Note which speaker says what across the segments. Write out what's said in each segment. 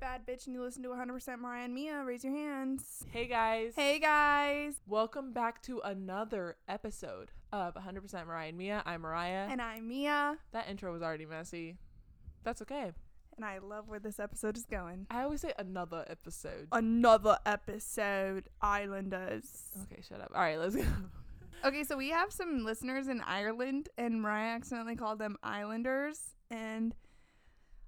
Speaker 1: bad bitch and you listen to 100% Mariah and Mia, raise your hands.
Speaker 2: Hey guys.
Speaker 1: Hey guys.
Speaker 2: Welcome back to another episode of 100% Mariah and Mia. I'm Mariah.
Speaker 1: And I'm Mia.
Speaker 2: that intro was already messy. That's okay.
Speaker 1: And I love where this episode is going.
Speaker 2: I always say another episode.
Speaker 1: Another episode, Islanders.
Speaker 2: Okay, shut up. All right, let's go.
Speaker 1: Okay, so we have some listeners in Ireland, and Mariah accidentally called them Islanders. And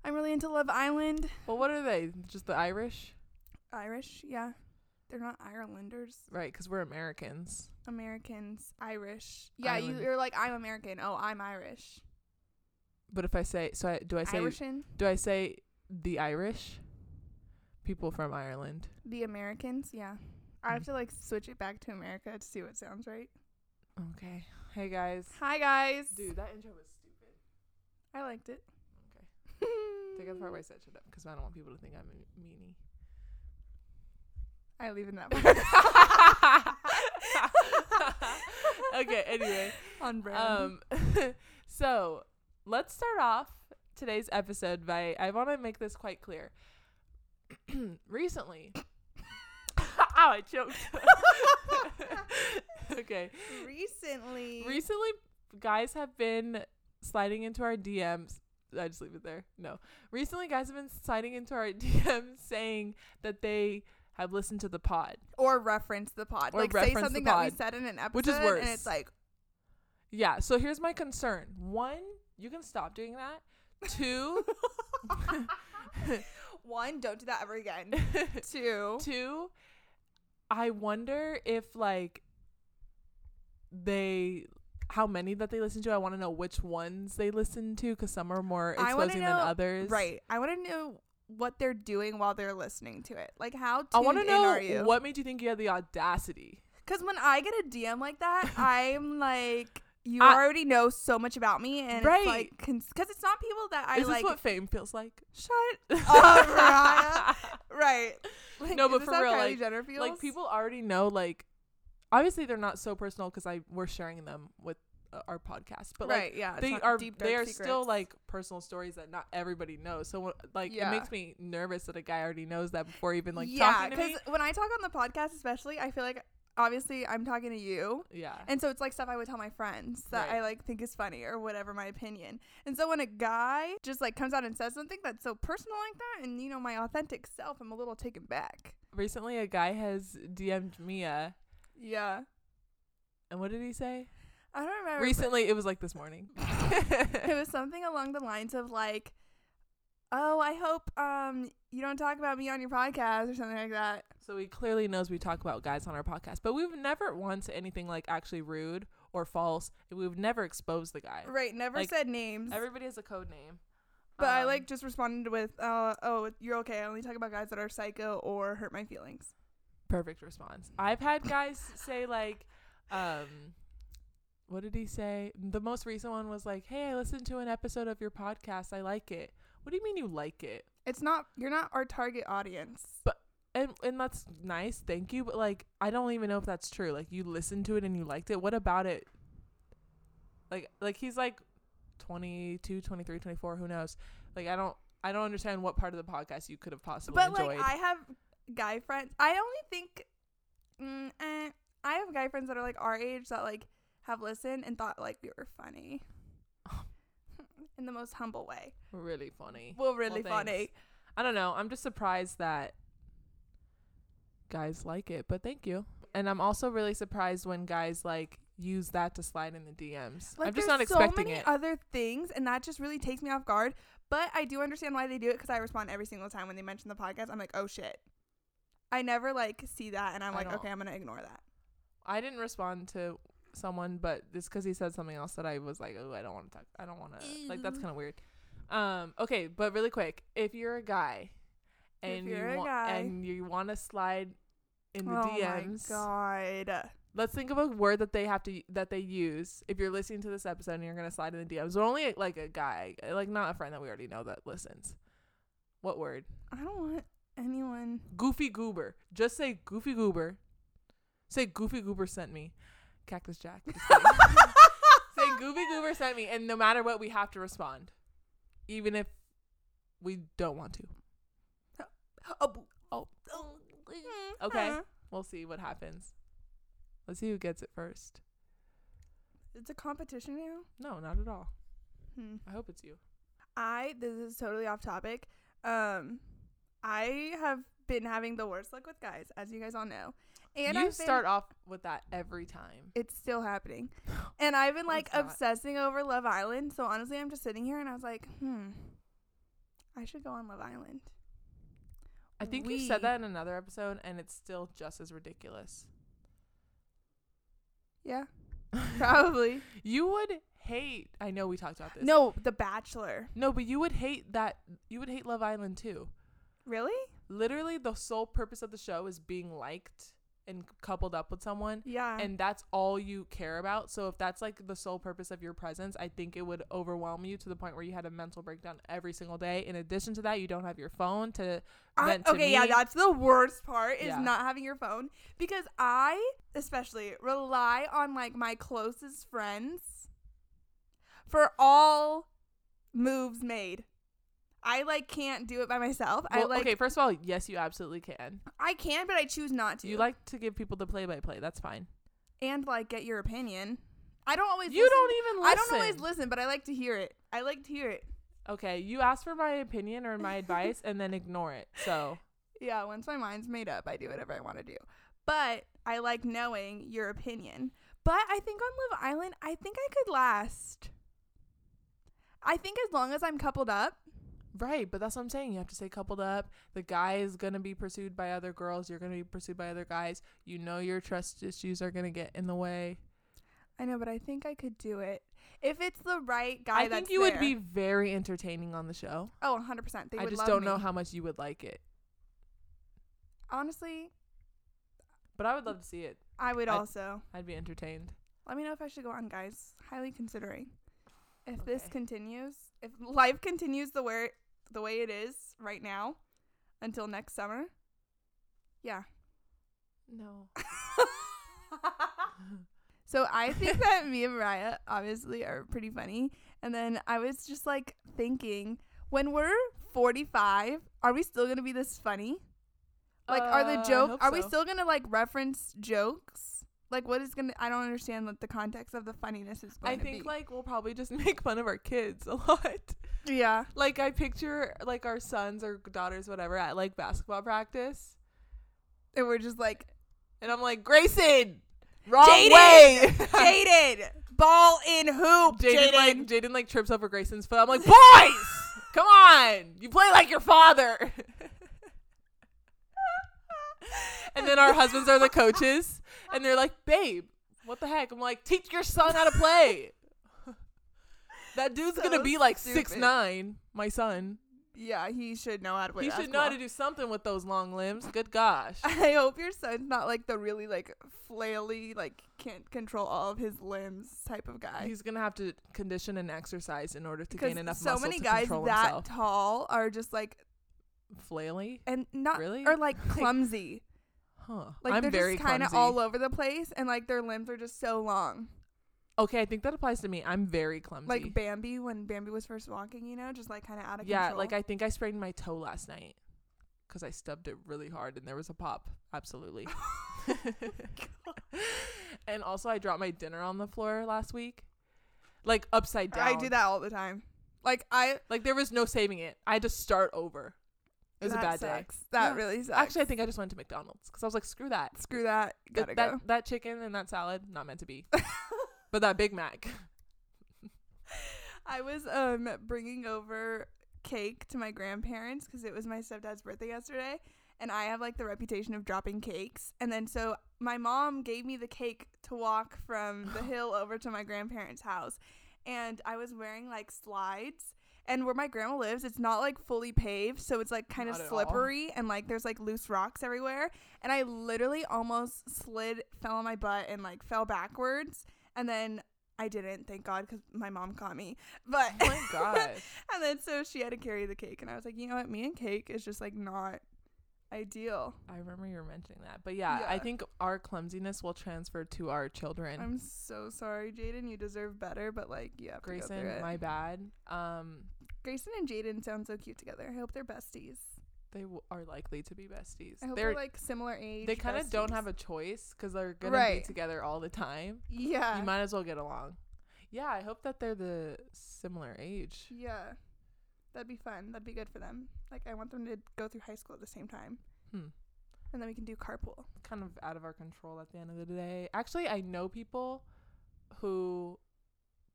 Speaker 1: I'm really into Love Island.
Speaker 2: Well, what are they? Just the Irish?
Speaker 1: Irish, yeah. They're not Irelanders.
Speaker 2: Right, because we're Americans.
Speaker 1: Americans, Irish. Yeah, you,
Speaker 2: Island.
Speaker 1: you're like, I'm American. Oh, I'm Irish.
Speaker 2: But if I say, so I, do I say,
Speaker 1: Irishin,
Speaker 2: do I say the Irish? People from Ireland.
Speaker 1: the Americans, yeah. I
Speaker 2: Mm-hmm.
Speaker 1: have to like switch it back to America to see what sounds right.
Speaker 2: Okay. Hey guys.
Speaker 1: Hi, guys.
Speaker 2: Dude, that intro was stupid.
Speaker 1: I liked it.
Speaker 2: Okay. Take out the part where I said shut up because I don't want people to think I'm a meanie.
Speaker 1: I leave in that part.
Speaker 2: Okay, anyway.
Speaker 1: On brand.
Speaker 2: Um, so let's start off today's episode by I want to make this quite clear. Recently, ow, I choked. okay,
Speaker 1: Recently.
Speaker 2: recently guys have been sliding into our DMs. I just leave it there. No, recently guys have been sliding into our DMs saying that they have listened to the pod.
Speaker 1: or reference the pod.
Speaker 2: Or
Speaker 1: like say
Speaker 2: reference the
Speaker 1: something that we
Speaker 2: pod,
Speaker 1: said in an episode
Speaker 2: which is
Speaker 1: and
Speaker 2: worse.
Speaker 1: it's like
Speaker 2: Yeah, so here's my concern. One, you can stop doing that. Two,
Speaker 1: one, don't do that ever again. Two.
Speaker 2: two, I wonder if like they how many that they listen to. I want to know which ones they listen to because some are more
Speaker 1: I wanna
Speaker 2: exposing than
Speaker 1: know-
Speaker 2: others.
Speaker 1: Right. I want to know what they're doing while they're listening to it. Like how tuned
Speaker 2: I want to
Speaker 1: in are you?
Speaker 2: know what made you think you had the audacity.
Speaker 1: Cuz when I get a DM like that, I'm like you
Speaker 2: I-
Speaker 1: already know so much about me and
Speaker 2: Right.
Speaker 1: it's like cuz it's not people that I
Speaker 2: Is
Speaker 1: like
Speaker 2: this what fame feels like?
Speaker 1: shut up, Mariah. Right. Like,
Speaker 2: No,
Speaker 1: is
Speaker 2: but
Speaker 1: this
Speaker 2: for
Speaker 1: how
Speaker 2: real,
Speaker 1: Kylie
Speaker 2: like-
Speaker 1: Jenner feels?
Speaker 2: Like people already know. Like obviously they're not so personal because I we're sharing them with uh, our podcast, but like
Speaker 1: right, yeah, it's
Speaker 2: they
Speaker 1: not
Speaker 2: are
Speaker 1: deep, dark
Speaker 2: they are still
Speaker 1: secrets.
Speaker 2: like personal stories that not everybody knows. So wh- like
Speaker 1: Yeah.
Speaker 2: it makes me nervous that a guy already knows that before even like
Speaker 1: yeah,
Speaker 2: talking to me.
Speaker 1: when I talk on the podcast, especially, I feel like obviously I'm talking to you,
Speaker 2: Yeah.
Speaker 1: and so it's like stuff I would tell my friends that I
Speaker 2: Right.
Speaker 1: like think is funny or whatever my opinion. And so when a guy just like comes out and says something that's so personal like that, and you know my authentic self, I'm a little taken back.
Speaker 2: Recently a guy has DM'd Mia
Speaker 1: Yeah,
Speaker 2: and what did he say?
Speaker 1: I don't remember.
Speaker 2: Recently it was like this morning.
Speaker 1: it was something along the lines of like, "Oh, I hope um you don't talk about me on your podcast or something like that."
Speaker 2: so he clearly knows we talk about guys on our podcast, but we've never once anything like actually rude or false. and We've never exposed the guy.
Speaker 1: Right? Never
Speaker 2: Like,
Speaker 1: said names.
Speaker 2: Everybody has a code name.
Speaker 1: But I
Speaker 2: Um,
Speaker 1: like just responded with, uh, "Oh, you're okay. I only talk about guys that are psycho or hurt my feelings."
Speaker 2: perfect response. I've had guys say like, um, what did he say? The most recent one was like, "Hey, I listened to an episode of your podcast. I like it." What do you mean you like it?
Speaker 1: It's not you're not our target audience.
Speaker 2: And and that's nice, thank you. But like, I don't even know if that's true. Like, you listened to it and you liked it. What about it? Like, like he's like 22, 23, 24, Who knows? Like, I don't. I don't understand what part of the podcast you could have possibly
Speaker 1: But
Speaker 2: enjoyed.
Speaker 1: like I have guy friends. I only think, mm, eh, I have guy friends that are like our age that like have listened and thought like we were funny, in the most humble way.
Speaker 2: really funny.
Speaker 1: Well, really
Speaker 2: Well,
Speaker 1: funny.
Speaker 2: thanks. I don't know. I'm just surprised that guys like it, but thank you. And I'm also really surprised when guys like use that to slide in the DMs.
Speaker 1: Like
Speaker 2: I'm
Speaker 1: there's
Speaker 2: just not expecting
Speaker 1: so many
Speaker 2: it.
Speaker 1: other things, and that just really takes me off guard. But I do understand why they do it because I respond every single time when they mention the podcast. I'm like, oh shit. I never like see that, and I'm
Speaker 2: I
Speaker 1: like,
Speaker 2: don't.
Speaker 1: okay, I'm gonna ignore that.
Speaker 2: I didn't respond to someone, but it's because he said something else that I was like, oh, I don't want to talk. I don't want to. Like that's
Speaker 1: Ew.
Speaker 2: kind of weird. Um. Okay, but really quick, if you're a guy
Speaker 1: If
Speaker 2: and
Speaker 1: you're
Speaker 2: you
Speaker 1: a
Speaker 2: want
Speaker 1: guy.
Speaker 2: and you want to slide in the
Speaker 1: oh
Speaker 2: DMs,
Speaker 1: my god.
Speaker 2: Let's think of a word that they have to that they use. If you're listening to this episode and you're gonna slide in the DMs, but only like a guy, like not a friend that we already know that listens. What word?
Speaker 1: I don't want anyone.
Speaker 2: Goofy goober. Just say goofy goober. Say goofy goober sent me. Cactus Jack. Just kidding. say goofy goober sent me, and no matter what, we have to respond, even if we don't want to. Oh. Okay.
Speaker 1: Oh, Huh.
Speaker 2: We'll see what happens. Let's see who gets it first.
Speaker 1: It's a competition now.
Speaker 2: No, not at all.
Speaker 1: Hmm.
Speaker 2: I hope it's you.
Speaker 1: I this is totally off topic. Um, I have been having the worst luck with guys, as you guys all know, and
Speaker 2: you
Speaker 1: I've been,
Speaker 2: start off with that every time.
Speaker 1: it's still happening. And I've been
Speaker 2: No,
Speaker 1: like
Speaker 2: it's not.
Speaker 1: obsessing over Love Island. So honestly, I'm just sitting here and I was like, hmm, I should go on Love Island.
Speaker 2: I think you
Speaker 1: we-
Speaker 2: said that in another episode, and it's still just as ridiculous.
Speaker 1: Yeah, probably.
Speaker 2: You would hate. I know we talked about this.
Speaker 1: no, The Bachelor.
Speaker 2: no, but you would hate that. You would hate Love Island too.
Speaker 1: Really?
Speaker 2: Literally, the sole purpose of the show is being liked and coupled up with someone,
Speaker 1: Yeah.
Speaker 2: and that's all you care about. So if that's like the sole purpose of your presence, I think it would overwhelm you to the point where you had a mental breakdown every single day. In addition to that, you don't have your phone to
Speaker 1: I-
Speaker 2: vent to
Speaker 1: okay, yeah,
Speaker 2: me.
Speaker 1: that's the worst part is
Speaker 2: Yeah.
Speaker 1: not having your phone because I especially rely on like my closest friends for all moves made. I like can't do it by myself. I
Speaker 2: Well,
Speaker 1: like
Speaker 2: okay, first of all, yes, you absolutely can.
Speaker 1: I can, but I choose not to.
Speaker 2: You like to give people the play-by-play. That's fine.
Speaker 1: and like get your opinion. I don't always.
Speaker 2: You
Speaker 1: listen.
Speaker 2: don't even listen.
Speaker 1: I don't always listen, but I like to hear it. I like to hear it.
Speaker 2: Okay, you ask for my opinion or my advice and then ignore it. So
Speaker 1: Yeah, once my mind's made up, I do whatever I want to do. But I like knowing your opinion. But I think on Love Island, I think I could last. I think as long as I'm coupled up,
Speaker 2: right, but that's what I'm saying. You have to stay coupled up. The guy is gonna be pursued by other girls. You're gonna be pursued by other guys. You know your trust issues are gonna get in the way.
Speaker 1: I know, but I think I could do it. If it's the right guy
Speaker 2: I
Speaker 1: that's
Speaker 2: think you would
Speaker 1: there.
Speaker 2: be very entertaining on the show.
Speaker 1: Oh, 100%. They
Speaker 2: I
Speaker 1: would
Speaker 2: just
Speaker 1: love
Speaker 2: don't
Speaker 1: me.
Speaker 2: know how much you would like it,
Speaker 1: Honestly,
Speaker 2: but I would love to see it.
Speaker 1: I would
Speaker 2: I-
Speaker 1: also.
Speaker 2: I'd be entertained.
Speaker 1: Let me know if I should go on, guys. Highly considering. If this
Speaker 2: Okay.
Speaker 1: continues, if life continues the way the way it is right now until next summer. Yeah.
Speaker 2: No.
Speaker 1: so I think that me and Mariah obviously are pretty funny. And then I was just like thinking, when we're 45, are we still going to be this funny? Like, are
Speaker 2: Uh, I
Speaker 1: the joke?
Speaker 2: hope
Speaker 1: Are we
Speaker 2: so.
Speaker 1: still going to like reference jokes? Like, what is going to, I don't understand what the context of the funniness is
Speaker 2: I
Speaker 1: going to be.
Speaker 2: think like we'll probably just make fun of our kids a lot.
Speaker 1: yeah.
Speaker 2: like I picture like our sons or daughters, whatever, at like basketball practice,
Speaker 1: And we're just like,
Speaker 2: and I'm like, Grayson, wrong
Speaker 1: Jaden!
Speaker 2: way.
Speaker 1: Jaden, ball in hoop.
Speaker 2: Jaden
Speaker 1: Jaden,
Speaker 2: like Jaden like trips over Grayson's foot. I'm like, boys, come on, you play like your father. and then our husbands are the coaches, and they're like, babe, what the heck? I'm like, teach your son how to play. that dude's
Speaker 1: So
Speaker 2: gonna be like six
Speaker 1: stupid.
Speaker 2: nine. My son,
Speaker 1: yeah, he should know how to play.
Speaker 2: he should know how to do something with those long limbs. Good gosh.
Speaker 1: I hope your son's not like the really like flaily, like can't control all of his limbs type of guy.
Speaker 2: He's gonna have to condition and exercise in order to
Speaker 1: Because
Speaker 2: gain enough
Speaker 1: so
Speaker 2: muscle
Speaker 1: many
Speaker 2: to
Speaker 1: guys
Speaker 2: control
Speaker 1: that
Speaker 2: himself.
Speaker 1: tall are just like
Speaker 2: Flaily,
Speaker 1: and not
Speaker 2: Really?
Speaker 1: or like clumsy.
Speaker 2: huh?
Speaker 1: Like
Speaker 2: I'm
Speaker 1: they're
Speaker 2: very
Speaker 1: just kind of
Speaker 2: clumsy.
Speaker 1: all over the place, and like their limbs are just so long,
Speaker 2: okay, I think that applies to me. I'm very clumsy.
Speaker 1: like Bambi when Bambi was first walking. You know, just like kind of out of
Speaker 2: yeah,
Speaker 1: control.
Speaker 2: like I think I sprained my toe last night because I stubbed it really hard and there was a pop. Absolutely.
Speaker 1: Oh
Speaker 2: and also, I dropped my dinner on the floor last week, like upside down.
Speaker 1: I do that all the time. Like I
Speaker 2: Like there was no saving it. I had to start over. It was
Speaker 1: that
Speaker 2: a bad day.
Speaker 1: sucks. That
Speaker 2: Yeah.
Speaker 1: really sucks.
Speaker 2: Actually, I think I just went to McDonald's because I was like, screw that.
Speaker 1: screw that.
Speaker 2: Th-
Speaker 1: Gotta
Speaker 2: that
Speaker 1: go.
Speaker 2: that chicken and that salad not meant to be. but that Big Mac.
Speaker 1: I was um bringing over cake to my grandparents because it was my stepdad's birthday yesterday, and I have like the reputation of dropping cakes. And then so my mom gave me the cake to walk from the hill over to my grandparents' house, and I was wearing like slides. And where my grandma lives, it's not like fully paved, so it's like kind
Speaker 2: Not
Speaker 1: of
Speaker 2: at all.
Speaker 1: slippery and like there's like loose rocks everywhere. And I literally almost slid, fell on my butt, and like fell backwards. And then I didn't, thank God, because my mom caught me. But
Speaker 2: Oh my gosh.
Speaker 1: and then so she had to carry the cake, and I was like, you know what, me and cake is just like not ideal.
Speaker 2: I remember you were mentioning that. But yeah, I
Speaker 1: Yeah.
Speaker 2: think our clumsiness will transfer to our children.
Speaker 1: I'm so sorry, Jaden. You deserve better, but like you have to go through
Speaker 2: Grayson,
Speaker 1: it.
Speaker 2: my bad. Um
Speaker 1: Grayson and Jaden sound so cute together. I hope they're besties.
Speaker 2: They w- are likely to be besties.
Speaker 1: I hope they're,
Speaker 2: They're
Speaker 1: like similar age.
Speaker 2: they kind of don't have a choice because they're gonna
Speaker 1: Right.
Speaker 2: be together all the time.
Speaker 1: yeah
Speaker 2: You might as well get along. Yeah, I hope that they're the similar age.
Speaker 1: yeah. That'd be fun. That'd be good for them. Like I want them to go through high school at the same time,
Speaker 2: Hmm.
Speaker 1: and then we can do carpool.
Speaker 2: Kind of out of our control at the end of the day. Actually, I know people who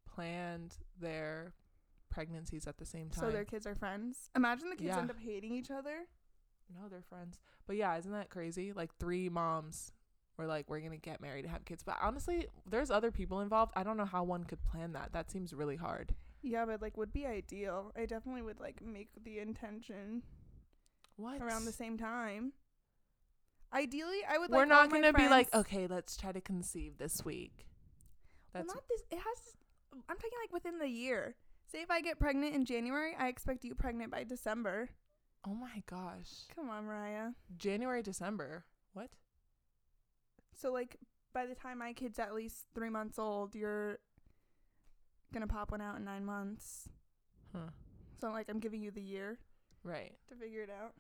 Speaker 2: planned their pregnancies at the same time.
Speaker 1: So their kids are friends. Imagine the kids
Speaker 2: Yeah.
Speaker 1: end up hating each other.
Speaker 2: No, they're friends. But yeah, isn't that crazy? Like three moms were like, "We're gonna get married and have kids." But honestly, there's other people involved. I don't know how one could plan that. That seems really hard.
Speaker 1: Yeah, but like would be ideal. I definitely would like make the intention
Speaker 2: What
Speaker 1: around the same time. Ideally, I would.
Speaker 2: We're
Speaker 1: like, all
Speaker 2: not
Speaker 1: my
Speaker 2: gonna be like,
Speaker 1: friends-
Speaker 2: okay, let's try to conceive this week.
Speaker 1: Well,
Speaker 2: oh, That's
Speaker 1: not this. It has. I'm talking like within the year. Say if I get pregnant in January, I expect you pregnant by December.
Speaker 2: oh my gosh,
Speaker 1: Come on, Mariah.
Speaker 2: January, December. What?
Speaker 1: So like by the time my kid's at least three months old, you're gonna pop one out in nine months.
Speaker 2: Huh.
Speaker 1: So like I'm giving you the year
Speaker 2: Right.
Speaker 1: to figure it out.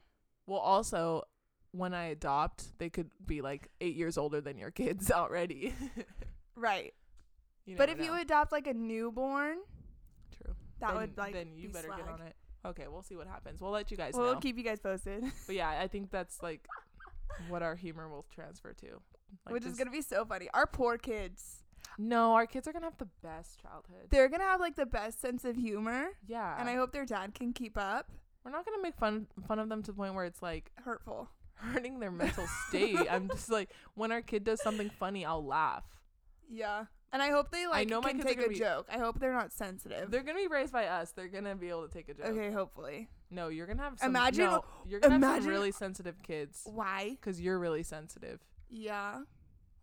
Speaker 2: Well, also, when I adopt, they could be like eight years older than your kids already.
Speaker 1: Right.
Speaker 2: you
Speaker 1: but if
Speaker 2: never
Speaker 1: you
Speaker 2: know.
Speaker 1: adopt like a newborn,
Speaker 2: true,
Speaker 1: that
Speaker 2: then,
Speaker 1: would like
Speaker 2: then you
Speaker 1: be
Speaker 2: better
Speaker 1: slag.
Speaker 2: get on it. Okay, we'll see what happens. We'll let you guys
Speaker 1: Well,
Speaker 2: know.
Speaker 1: we'll keep you guys posted.
Speaker 2: But yeah, I think that's like what our humor will transfer to. Like
Speaker 1: Which is
Speaker 2: just-
Speaker 1: gonna be so funny. Our poor kids.
Speaker 2: no, our kids are gonna have the best childhood.
Speaker 1: They're gonna have like the best sense of humor.
Speaker 2: yeah,
Speaker 1: And I hope their dad can keep up.
Speaker 2: we're not gonna make fun fun of them to the point where it's like
Speaker 1: Hurtful.
Speaker 2: hurting their mental state. I'm just like, when our kid does something funny, I'll laugh.
Speaker 1: Yeah. And I hope they like
Speaker 2: know my
Speaker 1: can
Speaker 2: kids are
Speaker 1: take a
Speaker 2: gonna be-
Speaker 1: joke. I hope they're not sensitive.
Speaker 2: They're gonna be raised by us. They're gonna be able to take a joke.
Speaker 1: okay, hopefully.
Speaker 2: No, you're gonna have some,
Speaker 1: Imagine-
Speaker 2: no, you're gonna have
Speaker 1: imagine-
Speaker 2: some really sensitive kids
Speaker 1: Why?
Speaker 2: because you're really sensitive.
Speaker 1: Yeah.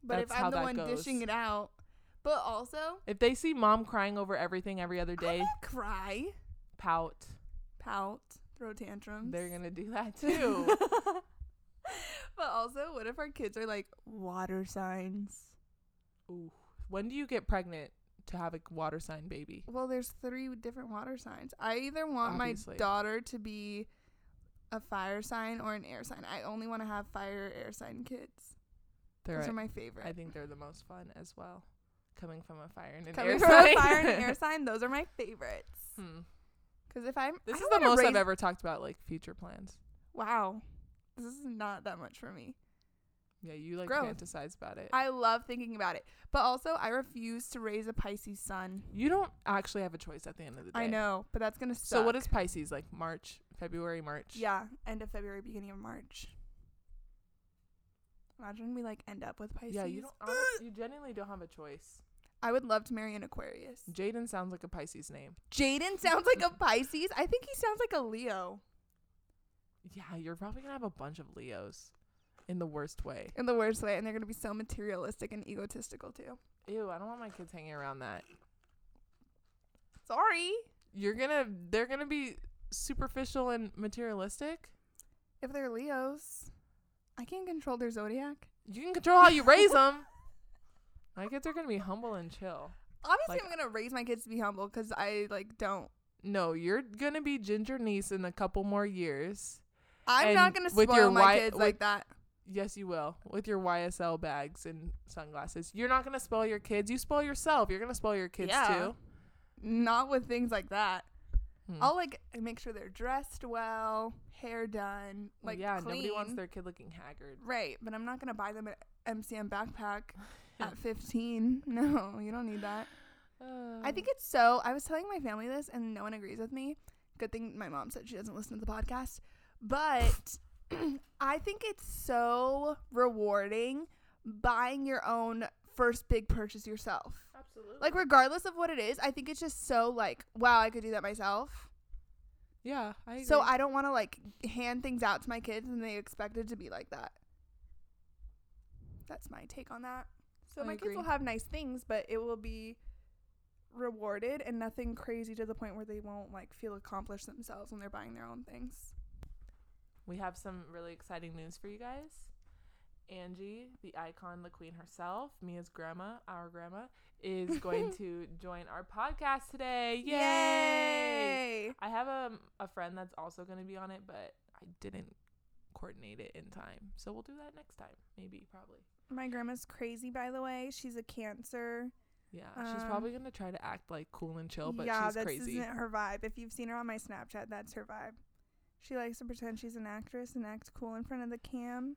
Speaker 1: But if
Speaker 2: That's how
Speaker 1: I'm the
Speaker 2: that
Speaker 1: one dishing
Speaker 2: goes.
Speaker 1: it out. But also
Speaker 2: If they see mom crying over everything every other
Speaker 1: I
Speaker 2: day,
Speaker 1: won't cry.
Speaker 2: pout.
Speaker 1: Pout. Throw tantrums.
Speaker 2: They're gonna do that too.
Speaker 1: But also, what if our kids are like water signs?
Speaker 2: Ooh. When do you get pregnant to have a water sign baby?
Speaker 1: Well, there's three different water signs. I either want
Speaker 2: Obviously.
Speaker 1: my daughter to be a fire sign or an air sign. I only want to have fire air sign kids.
Speaker 2: They're
Speaker 1: Those are
Speaker 2: a-
Speaker 1: my favorite.
Speaker 2: I think they're the most fun as well. Coming from a fire and an
Speaker 1: Coming
Speaker 2: air
Speaker 1: from
Speaker 2: sign.
Speaker 1: a fire and an air sign, those are my favorites.
Speaker 2: Hmm.
Speaker 1: Because if I'm
Speaker 2: This
Speaker 1: I
Speaker 2: is
Speaker 1: don't
Speaker 2: the
Speaker 1: wanna
Speaker 2: most I've
Speaker 1: raise-
Speaker 2: ever talked about like future plans.
Speaker 1: Wow, this is not that much for me.
Speaker 2: Yeah, you like
Speaker 1: Growth.
Speaker 2: fantasize about it.
Speaker 1: I love thinking about it, but also I refuse to raise a Pisces son.
Speaker 2: you don't actually have a choice at the end of the day.
Speaker 1: I know, but that's gonna suck.
Speaker 2: So what is Pisces like? March, February, March.
Speaker 1: Yeah, end of February, beginning of March. Imagine we like end up with Pisces.
Speaker 2: Yeah, you don't. honest- you genuinely don't have a choice.
Speaker 1: I would love to marry an Aquarius.
Speaker 2: Jaden sounds like a Pisces name.
Speaker 1: Jaden sounds like a Pisces. I think he sounds like a Leo
Speaker 2: Yeah, you're probably gonna have a bunch of Leos, in the worst way.
Speaker 1: in the worst way, and they're gonna be so materialistic and egotistical too.
Speaker 2: Ew, I don't want my kids hanging around that.
Speaker 1: Sorry.
Speaker 2: You're gonna. They're gonna be superficial and materialistic.
Speaker 1: If they're Leos, I can't control their zodiac.
Speaker 2: You can control how you raise them. My kids are gonna be humble and chill.
Speaker 1: Obviously,
Speaker 2: Like-
Speaker 1: I'm gonna raise my kids to be humble because I like don't.
Speaker 2: No, you're gonna be Ginger niece in a couple more years.
Speaker 1: I'm not
Speaker 2: And
Speaker 1: gonna
Speaker 2: with your
Speaker 1: spoil my
Speaker 2: wi-
Speaker 1: kids
Speaker 2: with-
Speaker 1: like that.
Speaker 2: Yes, you will with your YSL bags and sunglasses. You're not gonna spoil your kids. You spoil yourself. You're gonna spoil your kids
Speaker 1: Yeah.
Speaker 2: too.
Speaker 1: Not with things like that.
Speaker 2: Hmm.
Speaker 1: I'll like make sure they're dressed well, hair done,
Speaker 2: Well,
Speaker 1: like
Speaker 2: yeah,
Speaker 1: clean.
Speaker 2: nobody wants their kid looking haggard.
Speaker 1: right, but I'm not gonna buy them an MCM backpack at 15. No, you don't need that.
Speaker 2: Uh,
Speaker 1: I think it's so. I was telling my family this, and no one agrees with me. Good thing my mom said she doesn't listen to the podcast, but I think it's so rewarding buying your own first big purchase yourself.
Speaker 2: absolutely
Speaker 1: Like regardless of what it is, I think it's just so like wow, I could do that myself.
Speaker 2: yeah. I
Speaker 1: So
Speaker 2: agree.
Speaker 1: I don't want to like hand things out to my kids and they expect it to be like that. That's my take on that. So
Speaker 2: I
Speaker 1: my kids
Speaker 2: agree.
Speaker 1: will have nice things, but it will be rewarded and nothing crazy to the point where they won't like feel accomplished themselves when they're buying their own things.
Speaker 2: we have some really exciting news for you guys. Angie, the icon, the queen herself, Mia's grandma, our grandma, is going to join our podcast today. Yay! I have a, a friend that's also going to be on it, but I didn't coordinate it in time. So we'll do that next time, maybe, probably.
Speaker 1: My grandma's crazy, by the way. She's a cancer.
Speaker 2: Yeah, she's probably gonna try to act like cool and chill, but
Speaker 1: Um, yeah,
Speaker 2: she's
Speaker 1: this
Speaker 2: crazy.
Speaker 1: isn't her vibe. If you've seen her on my Snapchat, that's her vibe. She likes to pretend she's an actress and act cool in front of the cam.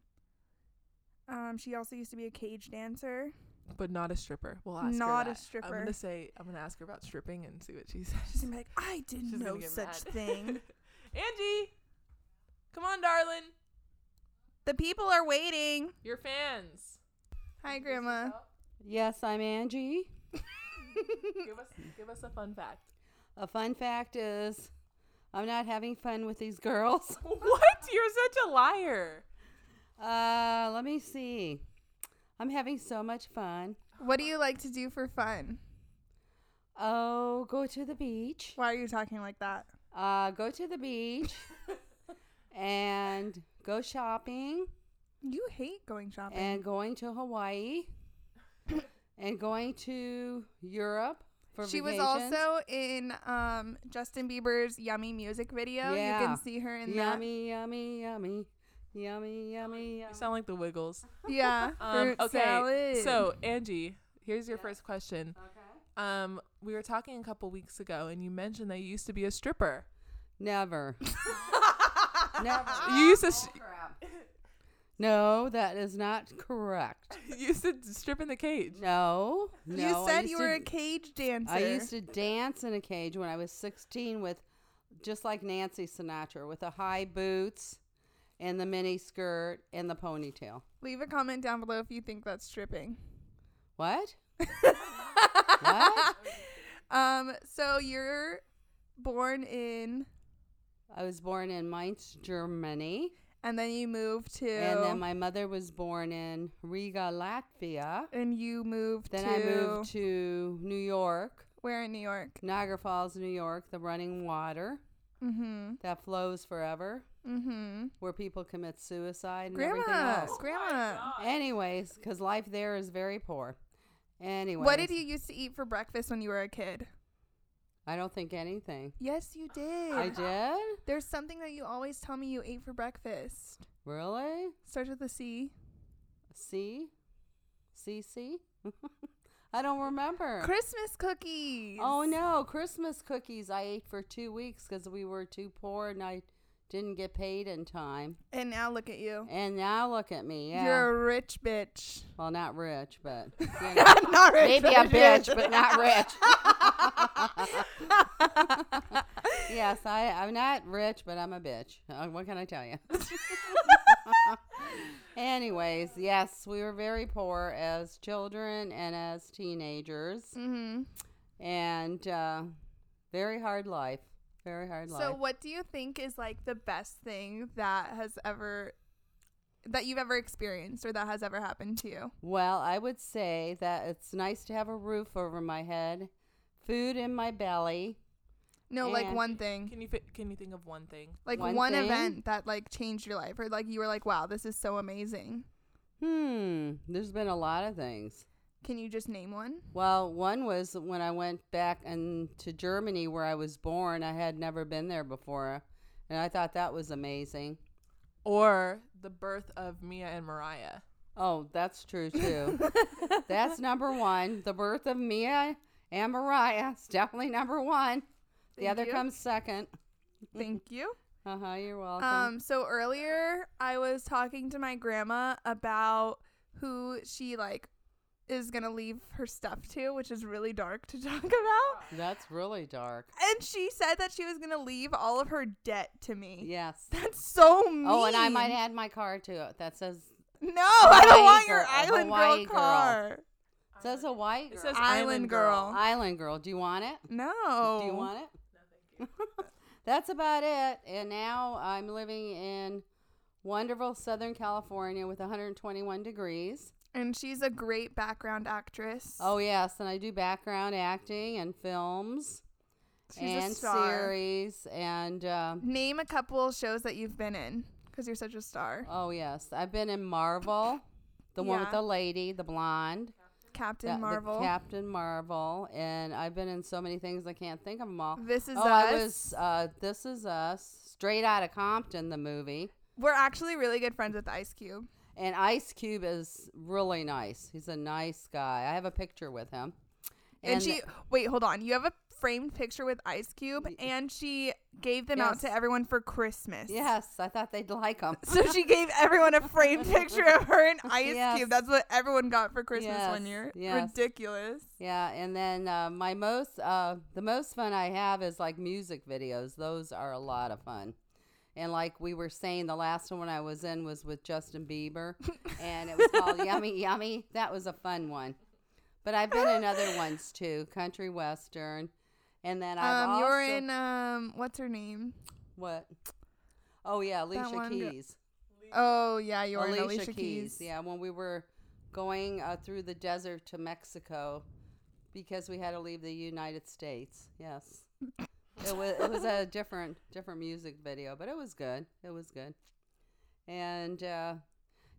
Speaker 1: Um, she also used to be a cage dancer.
Speaker 2: But not a stripper. We'll ask
Speaker 1: Not a
Speaker 2: her. that. I'm
Speaker 1: stripper.
Speaker 2: gonna say I'm gonna ask her about stripping and see what she
Speaker 1: She's
Speaker 2: says.
Speaker 1: gonna be like, I
Speaker 2: She's
Speaker 1: didn't
Speaker 2: gonna
Speaker 1: know
Speaker 2: get
Speaker 1: such
Speaker 2: mad.
Speaker 1: thing.
Speaker 2: Angie, come on, darling.
Speaker 1: the people are waiting.
Speaker 2: Your fans.
Speaker 1: Hi, Grandma.
Speaker 3: Yes, I'm Angie.
Speaker 2: give us give us a fun fact.
Speaker 3: A fun fact is, I'm not having fun with these girls.
Speaker 2: what? You're such a liar.
Speaker 3: Uh, let me see. I'm having so much fun.
Speaker 1: What do you like to do for fun?
Speaker 3: Oh, go to the beach.
Speaker 1: Why are you talking like that?
Speaker 3: Uh, go to the beach and go shopping
Speaker 1: You hate going shopping.
Speaker 3: and going to Hawaii and going to Europe for
Speaker 1: she was
Speaker 3: vacations.
Speaker 1: also in um, Justin Bieber's Yummy music video. You
Speaker 3: Yeah.
Speaker 1: can see her in that.
Speaker 3: yummy, yummy, yummy, yummy, yummy,
Speaker 2: You
Speaker 3: yummy.
Speaker 2: sound like the Wiggles.
Speaker 1: Yeah.
Speaker 2: Um,
Speaker 1: fruit
Speaker 2: okay.
Speaker 1: salad.
Speaker 2: So Angie, here's your
Speaker 3: Yeah.
Speaker 2: first question.
Speaker 3: Okay.
Speaker 2: Um, we were talking a couple weeks ago, and you mentioned that you used to be a stripper.
Speaker 3: Never. Never.
Speaker 2: You used to s
Speaker 3: crap. No, that is not correct.
Speaker 2: you used to strip in the cage.
Speaker 3: No, no.
Speaker 1: you
Speaker 3: I
Speaker 1: said
Speaker 3: used
Speaker 1: you
Speaker 3: to-
Speaker 1: were a cage dancer.
Speaker 3: I used to dance in a cage when I was 16 with, just like Nancy Sinatra, with the high boots, and the mini skirt and the ponytail.
Speaker 1: Leave a comment down below if you think that's stripping.
Speaker 3: What? what?
Speaker 1: Um, so you're born in,
Speaker 3: I was born in Mainz, Germany,
Speaker 1: and then you move to,
Speaker 3: and then my mother was born in Riga, Latvia.
Speaker 1: and you move
Speaker 3: Then
Speaker 1: to,
Speaker 3: I moved to New York,
Speaker 1: where in New York?
Speaker 3: Niagara Falls, New York, the running water
Speaker 1: Mm-hmm.
Speaker 3: that flows forever,
Speaker 1: Mm-hmm.
Speaker 3: where people commit suicide and everything
Speaker 1: Grandma,
Speaker 3: else.
Speaker 1: grandma.
Speaker 3: Anyways, because life there is very poor. Anyway,
Speaker 1: What did you used to eat for breakfast when you were a kid?
Speaker 3: I don't think anything.
Speaker 1: Yes, you did.
Speaker 3: I did.
Speaker 1: There's something that you always tell me you ate for breakfast.
Speaker 3: Really?
Speaker 1: Starts with a C.
Speaker 3: C, C, C. I don't remember.
Speaker 1: Christmas cookies.
Speaker 3: Oh no, Christmas cookies I ate for two weeks because we were too poor and I didn't get paid in time.
Speaker 1: And now look at you.
Speaker 3: And now look at me. Yeah.
Speaker 1: You're a rich bitch.
Speaker 3: well, not rich, but you know.
Speaker 1: Not rich.
Speaker 3: maybe a bitch, but not rich. yes, I, I'm not rich, but I'm a bitch. Uh, What can I tell you? Anyways, yes, we were very poor as children and as teenagers,
Speaker 1: Mm-hmm.
Speaker 3: and uh, very hard life. Very hard life.
Speaker 1: So, what do you think is like the best thing that has ever that you've ever experienced or that has ever happened to you?
Speaker 3: Well, I would say that it's nice to have a roof over my head, food in my belly.
Speaker 1: No, like
Speaker 3: And-
Speaker 1: one thing,
Speaker 2: Can you fi- can you think of one thing?
Speaker 1: like one,
Speaker 3: One thing?
Speaker 1: event that like changed your life, or like you were like, "Wow, this is so amazing."
Speaker 3: Hmm, there's been a lot of things.
Speaker 1: Can you just name one?
Speaker 3: Well, one was when I went back and to Germany where I was born. I had never been there before, and I thought that was amazing.
Speaker 2: Or the birth of Mia and Mariah.
Speaker 3: Oh, that's true too. that's number one. The birth of Mia and Mariah is definitely number one. The
Speaker 1: Thank
Speaker 3: other
Speaker 1: you.
Speaker 3: comes second.
Speaker 1: Thank you.
Speaker 3: Uh huh. You're welcome.
Speaker 1: Um, so earlier I was talking to my grandma about who she like is gonna leave her stuff to, which is really dark to talk about.
Speaker 3: that's really dark.
Speaker 1: And she said that she was gonna leave all of her debt to me.
Speaker 3: Yes.
Speaker 1: That's so mean.
Speaker 3: Oh, and I might add my car to it. That says
Speaker 1: No, I don't
Speaker 3: Hawaii
Speaker 1: want your
Speaker 3: girl- a
Speaker 1: island
Speaker 3: Hawaii
Speaker 1: girl
Speaker 3: girl.
Speaker 1: car.
Speaker 3: says Hawaii girl.
Speaker 2: It says
Speaker 1: Island Girl.
Speaker 3: Island girl. Do you want it?
Speaker 1: No.
Speaker 3: Do you want it? That's about it. And now I'm living in wonderful Southern California with 121 degrees.
Speaker 1: And she's a great background actress.
Speaker 3: Oh, yes. And I do background acting and films
Speaker 1: she's
Speaker 3: and
Speaker 1: a star.
Speaker 3: series. And, um,
Speaker 1: Name a couple shows that you've been in because you're such a star.
Speaker 3: oh, yes. I've been in Marvel, the one with
Speaker 1: Yeah.
Speaker 3: the lady, the blonde,
Speaker 1: Captain
Speaker 3: the- the
Speaker 1: Marvel.
Speaker 3: Captain Marvel. And I've been in so many things, I can't think of them all.
Speaker 1: this is
Speaker 3: oh,
Speaker 1: us.
Speaker 3: I was, uh, This Is Us, Straight Out of Compton, the movie.
Speaker 1: We're actually really good friends with Ice Cube.
Speaker 3: And Ice Cube is really nice. He's a nice guy. I have a picture with him.
Speaker 1: And, she wait, hold on. You have a framed picture with Ice Cube,
Speaker 3: Y-
Speaker 1: and she gave them out to
Speaker 3: Yes.
Speaker 1: everyone for Christmas.
Speaker 3: Yes, I thought they'd like him.
Speaker 1: So she gave everyone a framed picture of her and Ice
Speaker 3: Yes.
Speaker 1: Cube. That's what everyone got for Christmas
Speaker 3: Yes,
Speaker 1: one year.
Speaker 3: yes.
Speaker 1: Ridiculous.
Speaker 3: Yeah, and then uh, my most uh, the most fun I have is like music videos. Those are a lot of fun. And like we were saying, the last one I was in was with Justin Bieber, and it was called Yummy Yummy. That was a fun one. But I've been in other ones too, country western, and then I've
Speaker 1: Um,
Speaker 3: also
Speaker 1: you're in um, what's her name?
Speaker 3: what? Oh yeah, Alicia
Speaker 1: one girl-
Speaker 3: Keys.
Speaker 1: Oh yeah, you're in Alicia Keys.
Speaker 3: Yeah, when we were going uh, through the desert to Mexico because we had to leave the United States. Yes. it was it was a different different music video, but it was good. It was good. And uh,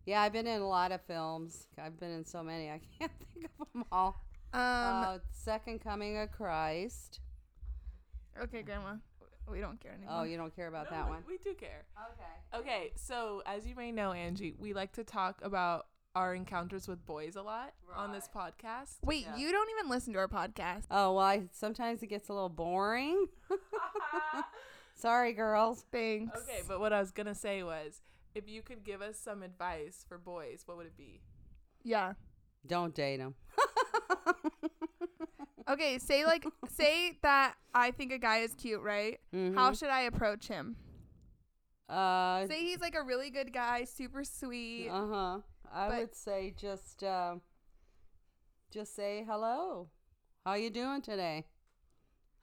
Speaker 3: yeah, I've been in a lot of films. I've been in so many. I can't think of them all.
Speaker 1: Um,
Speaker 3: uh, Second Coming of Christ.
Speaker 1: okay, Grandma. We don't care anymore.
Speaker 3: Oh, you don't care about that
Speaker 2: we-
Speaker 3: one.
Speaker 2: We do care.
Speaker 3: Okay.
Speaker 2: Okay, so as you may know, Angie, we like to talk about our encounters with boys a lot on this podcast.
Speaker 1: Wait,
Speaker 3: Yeah.
Speaker 1: you don't even listen to our podcast.
Speaker 3: Oh well, I, sometimes it gets a little boring. Sorry, girls.
Speaker 1: Thanks.
Speaker 2: Okay, but what I was gonna say was, if you could give us some advice for boys, what would it be?
Speaker 1: Yeah.
Speaker 3: Don't date him.
Speaker 1: Okay, say like say that I think a guy is cute, right?
Speaker 3: Mm-hmm.
Speaker 1: How should I approach him?
Speaker 3: Uh
Speaker 1: Say he's like a really good guy, super sweet.
Speaker 3: uh huh. I
Speaker 1: but-
Speaker 3: would say just uh, just say hello. How you doing today?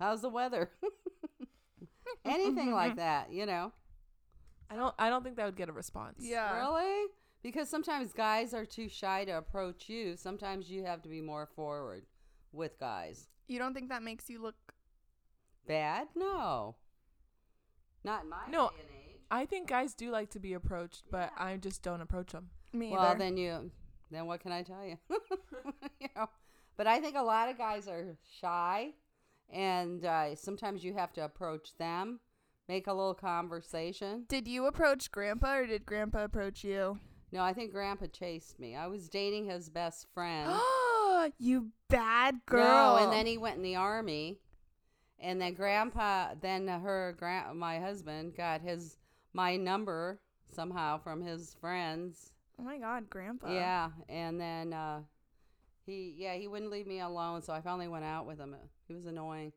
Speaker 3: How's the weather? Anything like that, you know?
Speaker 2: I don't. I don't think that would get a response.
Speaker 1: yeah.
Speaker 3: Really? Because sometimes guys are too shy to approach you. Sometimes you have to be more forward with guys.
Speaker 1: You don't think that makes you look
Speaker 3: Bad? No. Not in my
Speaker 2: No,
Speaker 3: day and age.
Speaker 2: I think guys do like to be approached, but I just don't approach them.
Speaker 1: me
Speaker 3: Well,
Speaker 1: either.
Speaker 3: then you, then what can I tell you? you know, but I think a lot of guys are shy, and uh, sometimes you have to approach them, make a little conversation.
Speaker 1: Did you approach grandpa or did grandpa approach you?
Speaker 3: No, I think Grandpa chased me. I was dating his best friend.
Speaker 1: you bad
Speaker 3: No,
Speaker 1: girl.
Speaker 3: and then he went in the army, and then Grandpa, then her grand, my husband got his my number somehow from his friends.
Speaker 1: oh my god, grandpa.
Speaker 3: Yeah, and then uh, he yeah he wouldn't leave me alone, so I finally went out with him. He was annoying,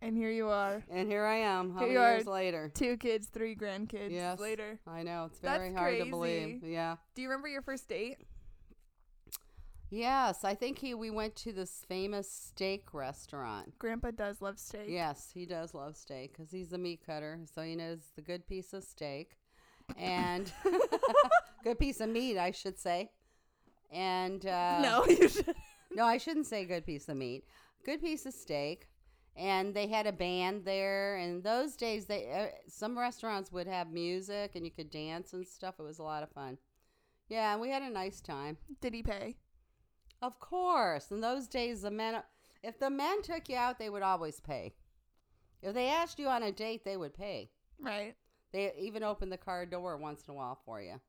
Speaker 1: And here you are.
Speaker 3: and here I am, how
Speaker 1: Here
Speaker 3: many
Speaker 1: you are.
Speaker 3: years later?
Speaker 1: Two kids, three grandkids
Speaker 3: Yes.
Speaker 1: later.
Speaker 3: I know it's
Speaker 1: That's
Speaker 3: very hard to believe.
Speaker 1: crazy.
Speaker 3: Yeah.
Speaker 1: Do you remember your first date?
Speaker 3: Yes, I think he we went to this famous steak restaurant.
Speaker 1: Grandpa does love steak.
Speaker 3: Yes, he does love steak because he's a meat cutter, so he knows the good piece of steak, and good piece of meat, I should say. And uh,
Speaker 1: No, you should.
Speaker 3: No, I shouldn't say good piece of meat. Good piece of steak. And they had a band there. And those days, they uh, some restaurants would have music and you could dance and stuff. It was a lot of fun. Yeah, and we had a nice time.
Speaker 1: Did he pay?
Speaker 3: Of course. In those days, the men, if the men took you out, they would always pay. If they asked you on a date, they would pay.
Speaker 1: Right.
Speaker 3: They even opened the car door once in a while for you.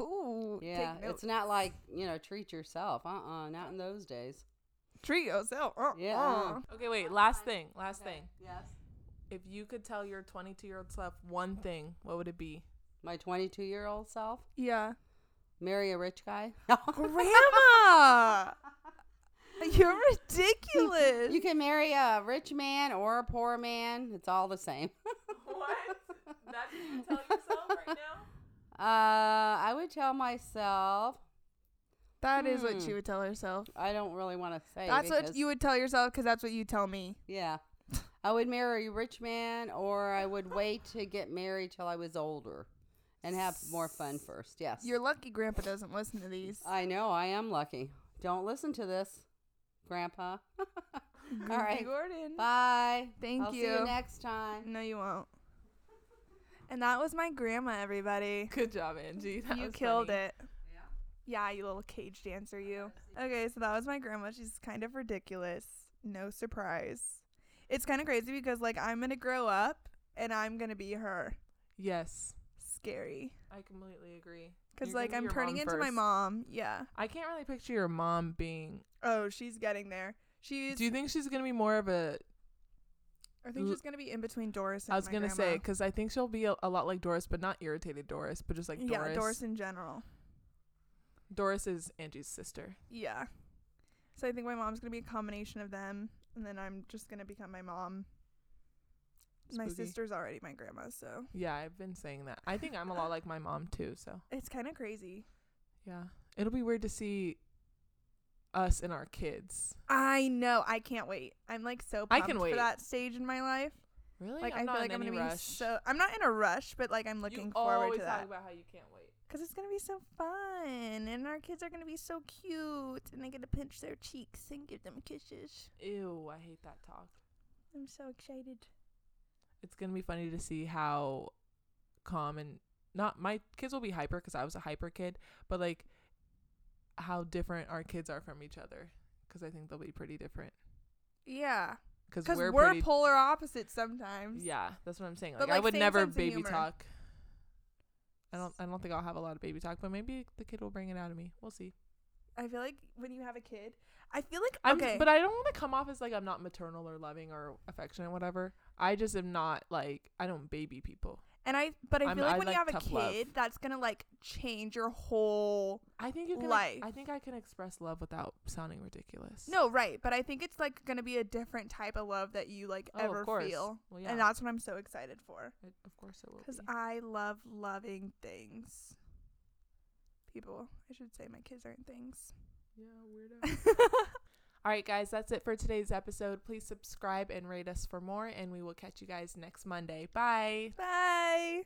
Speaker 1: Ooh.
Speaker 3: Yeah,
Speaker 1: take notes.
Speaker 3: it's not like, you know, treat yourself. Uh uh not in those days.
Speaker 1: treat yourself. Uh,
Speaker 3: Yeah.
Speaker 1: uh.
Speaker 2: Okay, wait. Last thing. Last thing.
Speaker 3: Yes.
Speaker 2: If you could tell your 22 year old self one thing, what would it be?
Speaker 3: My 22 year old self?
Speaker 1: Yeah.
Speaker 3: marry a rich guy. No.
Speaker 1: Grandma, you're ridiculous.
Speaker 3: you can marry a rich man or a poor man. It's all the same.
Speaker 2: What? That's what you tell yourself right now?
Speaker 3: Uh, I would tell myself
Speaker 1: that is what she
Speaker 3: Hmm.
Speaker 1: would tell herself.
Speaker 3: I don't really want to say.
Speaker 1: That's what
Speaker 3: because-
Speaker 1: you would tell yourself because that's what you tell me.
Speaker 3: Yeah. I would marry a rich man, or I would wait to get married till I was older, and have more fun first. Yes.
Speaker 1: You're lucky Grandpa doesn't listen to these.
Speaker 3: I know. I am lucky. Don't listen to this, Grandpa. all right.
Speaker 1: Gordon.
Speaker 3: Bye.
Speaker 1: Thank
Speaker 3: I'll See
Speaker 1: you.
Speaker 3: you next time.
Speaker 1: No, you won't. And that was my grandma, everybody.
Speaker 2: Good job, Angie. That
Speaker 1: you
Speaker 2: was
Speaker 1: killed
Speaker 2: funny.
Speaker 1: it. Yeah, you little cage dancer, you. Okay, so that was my grandma. She's kind of ridiculous. No surprise. It's kind of crazy because, like, I'm going to grow up and I'm going to be her.
Speaker 2: Yes.
Speaker 1: scary
Speaker 2: I completely agree.
Speaker 1: because
Speaker 2: You're gonna
Speaker 1: like
Speaker 2: be
Speaker 1: I'm
Speaker 2: your
Speaker 1: turning
Speaker 2: mom
Speaker 1: into my
Speaker 2: first.
Speaker 1: mom. Yeah.
Speaker 2: I can't really picture your mom being.
Speaker 1: Oh, she's getting there. She's.
Speaker 2: Do you think she's gonna be more of a?
Speaker 1: I think
Speaker 2: l-
Speaker 1: she's gonna be in between Doris. and
Speaker 2: I was
Speaker 1: my
Speaker 2: gonna say, 'cause
Speaker 1: grandma.
Speaker 2: I think she'll be a, a lot like Doris, but not irritated Doris, but just like Doris.
Speaker 1: yeah, Doris in general.
Speaker 2: Doris is Angie's sister.
Speaker 1: Yeah. So I think my mom's gonna be a combination of them, and then I'm just gonna become my mom. My
Speaker 2: Spooky.
Speaker 1: sister's already my grandma, so
Speaker 2: Yeah, I've been saying that. I think I'm a lot like my mom too. So
Speaker 1: it's kind of crazy.
Speaker 2: yeah, it'll be weird to see us and our kids.
Speaker 1: I know. I can't wait. I'm like so pumped
Speaker 2: I can wait.
Speaker 1: for that stage in my life.
Speaker 2: Really,
Speaker 1: Like
Speaker 2: I'm
Speaker 1: i
Speaker 2: not
Speaker 1: feel
Speaker 2: in
Speaker 1: like I'm
Speaker 2: any
Speaker 1: gonna
Speaker 2: rush.
Speaker 1: be so. I'm not in a rush, but like I'm looking
Speaker 2: you
Speaker 1: forward
Speaker 2: always
Speaker 1: to
Speaker 2: talk
Speaker 1: that
Speaker 2: about how you can't wait.
Speaker 1: because it's gonna be so fun, and our kids are gonna be so cute, and I get to pinch their cheeks and give them kisses.
Speaker 2: Ew, I hate that talk.
Speaker 1: I'm so excited.
Speaker 2: It's gonna be funny to see how calm and not my kids will be hyper 'cause I was a hyper kid, but like how different our kids are from each other. 'Cause I think they'll be pretty different.
Speaker 1: Yeah,
Speaker 2: 'Cause
Speaker 1: because
Speaker 2: we're,
Speaker 1: we're,
Speaker 2: pretty.
Speaker 1: polar opposites sometimes.
Speaker 2: yeah, that's what I'm saying. Like,
Speaker 1: But,
Speaker 2: I
Speaker 1: like,
Speaker 2: would
Speaker 1: same
Speaker 2: never
Speaker 1: sense of
Speaker 2: baby
Speaker 1: humor.
Speaker 2: talk. I don't. I don't think I'll have a lot of baby talk, but maybe the kid will bring it out of me. We'll see.
Speaker 1: I feel like when you have a kid, I feel like
Speaker 2: I'm,
Speaker 1: okay,
Speaker 2: but I don't want to come off as like I'm not maternal or loving or affectionate, whatever. I just am not like I don't baby people.
Speaker 1: and I but I
Speaker 2: I'm-
Speaker 1: feel like
Speaker 2: I
Speaker 1: when
Speaker 2: like
Speaker 1: you have a
Speaker 2: tough
Speaker 1: kid,
Speaker 2: love.
Speaker 1: that's gonna like change your whole
Speaker 2: I think you can. ex-
Speaker 1: Life.
Speaker 2: I think I can express love without sounding ridiculous.
Speaker 1: No, right. But I think it's like gonna be a different type of love that you like
Speaker 2: Oh, of
Speaker 1: ever
Speaker 2: course.
Speaker 1: feel,
Speaker 2: Well, yeah.
Speaker 1: and that's what I'm so excited for.
Speaker 2: It- of course it will.
Speaker 1: Because
Speaker 2: be.
Speaker 1: I love loving things. People, I should say my kids aren't things.
Speaker 2: yeah, weirdo. All right, guys, that's it for today's episode. Please subscribe and rate us for more, and we will catch you guys next Monday. Bye.
Speaker 1: Bye.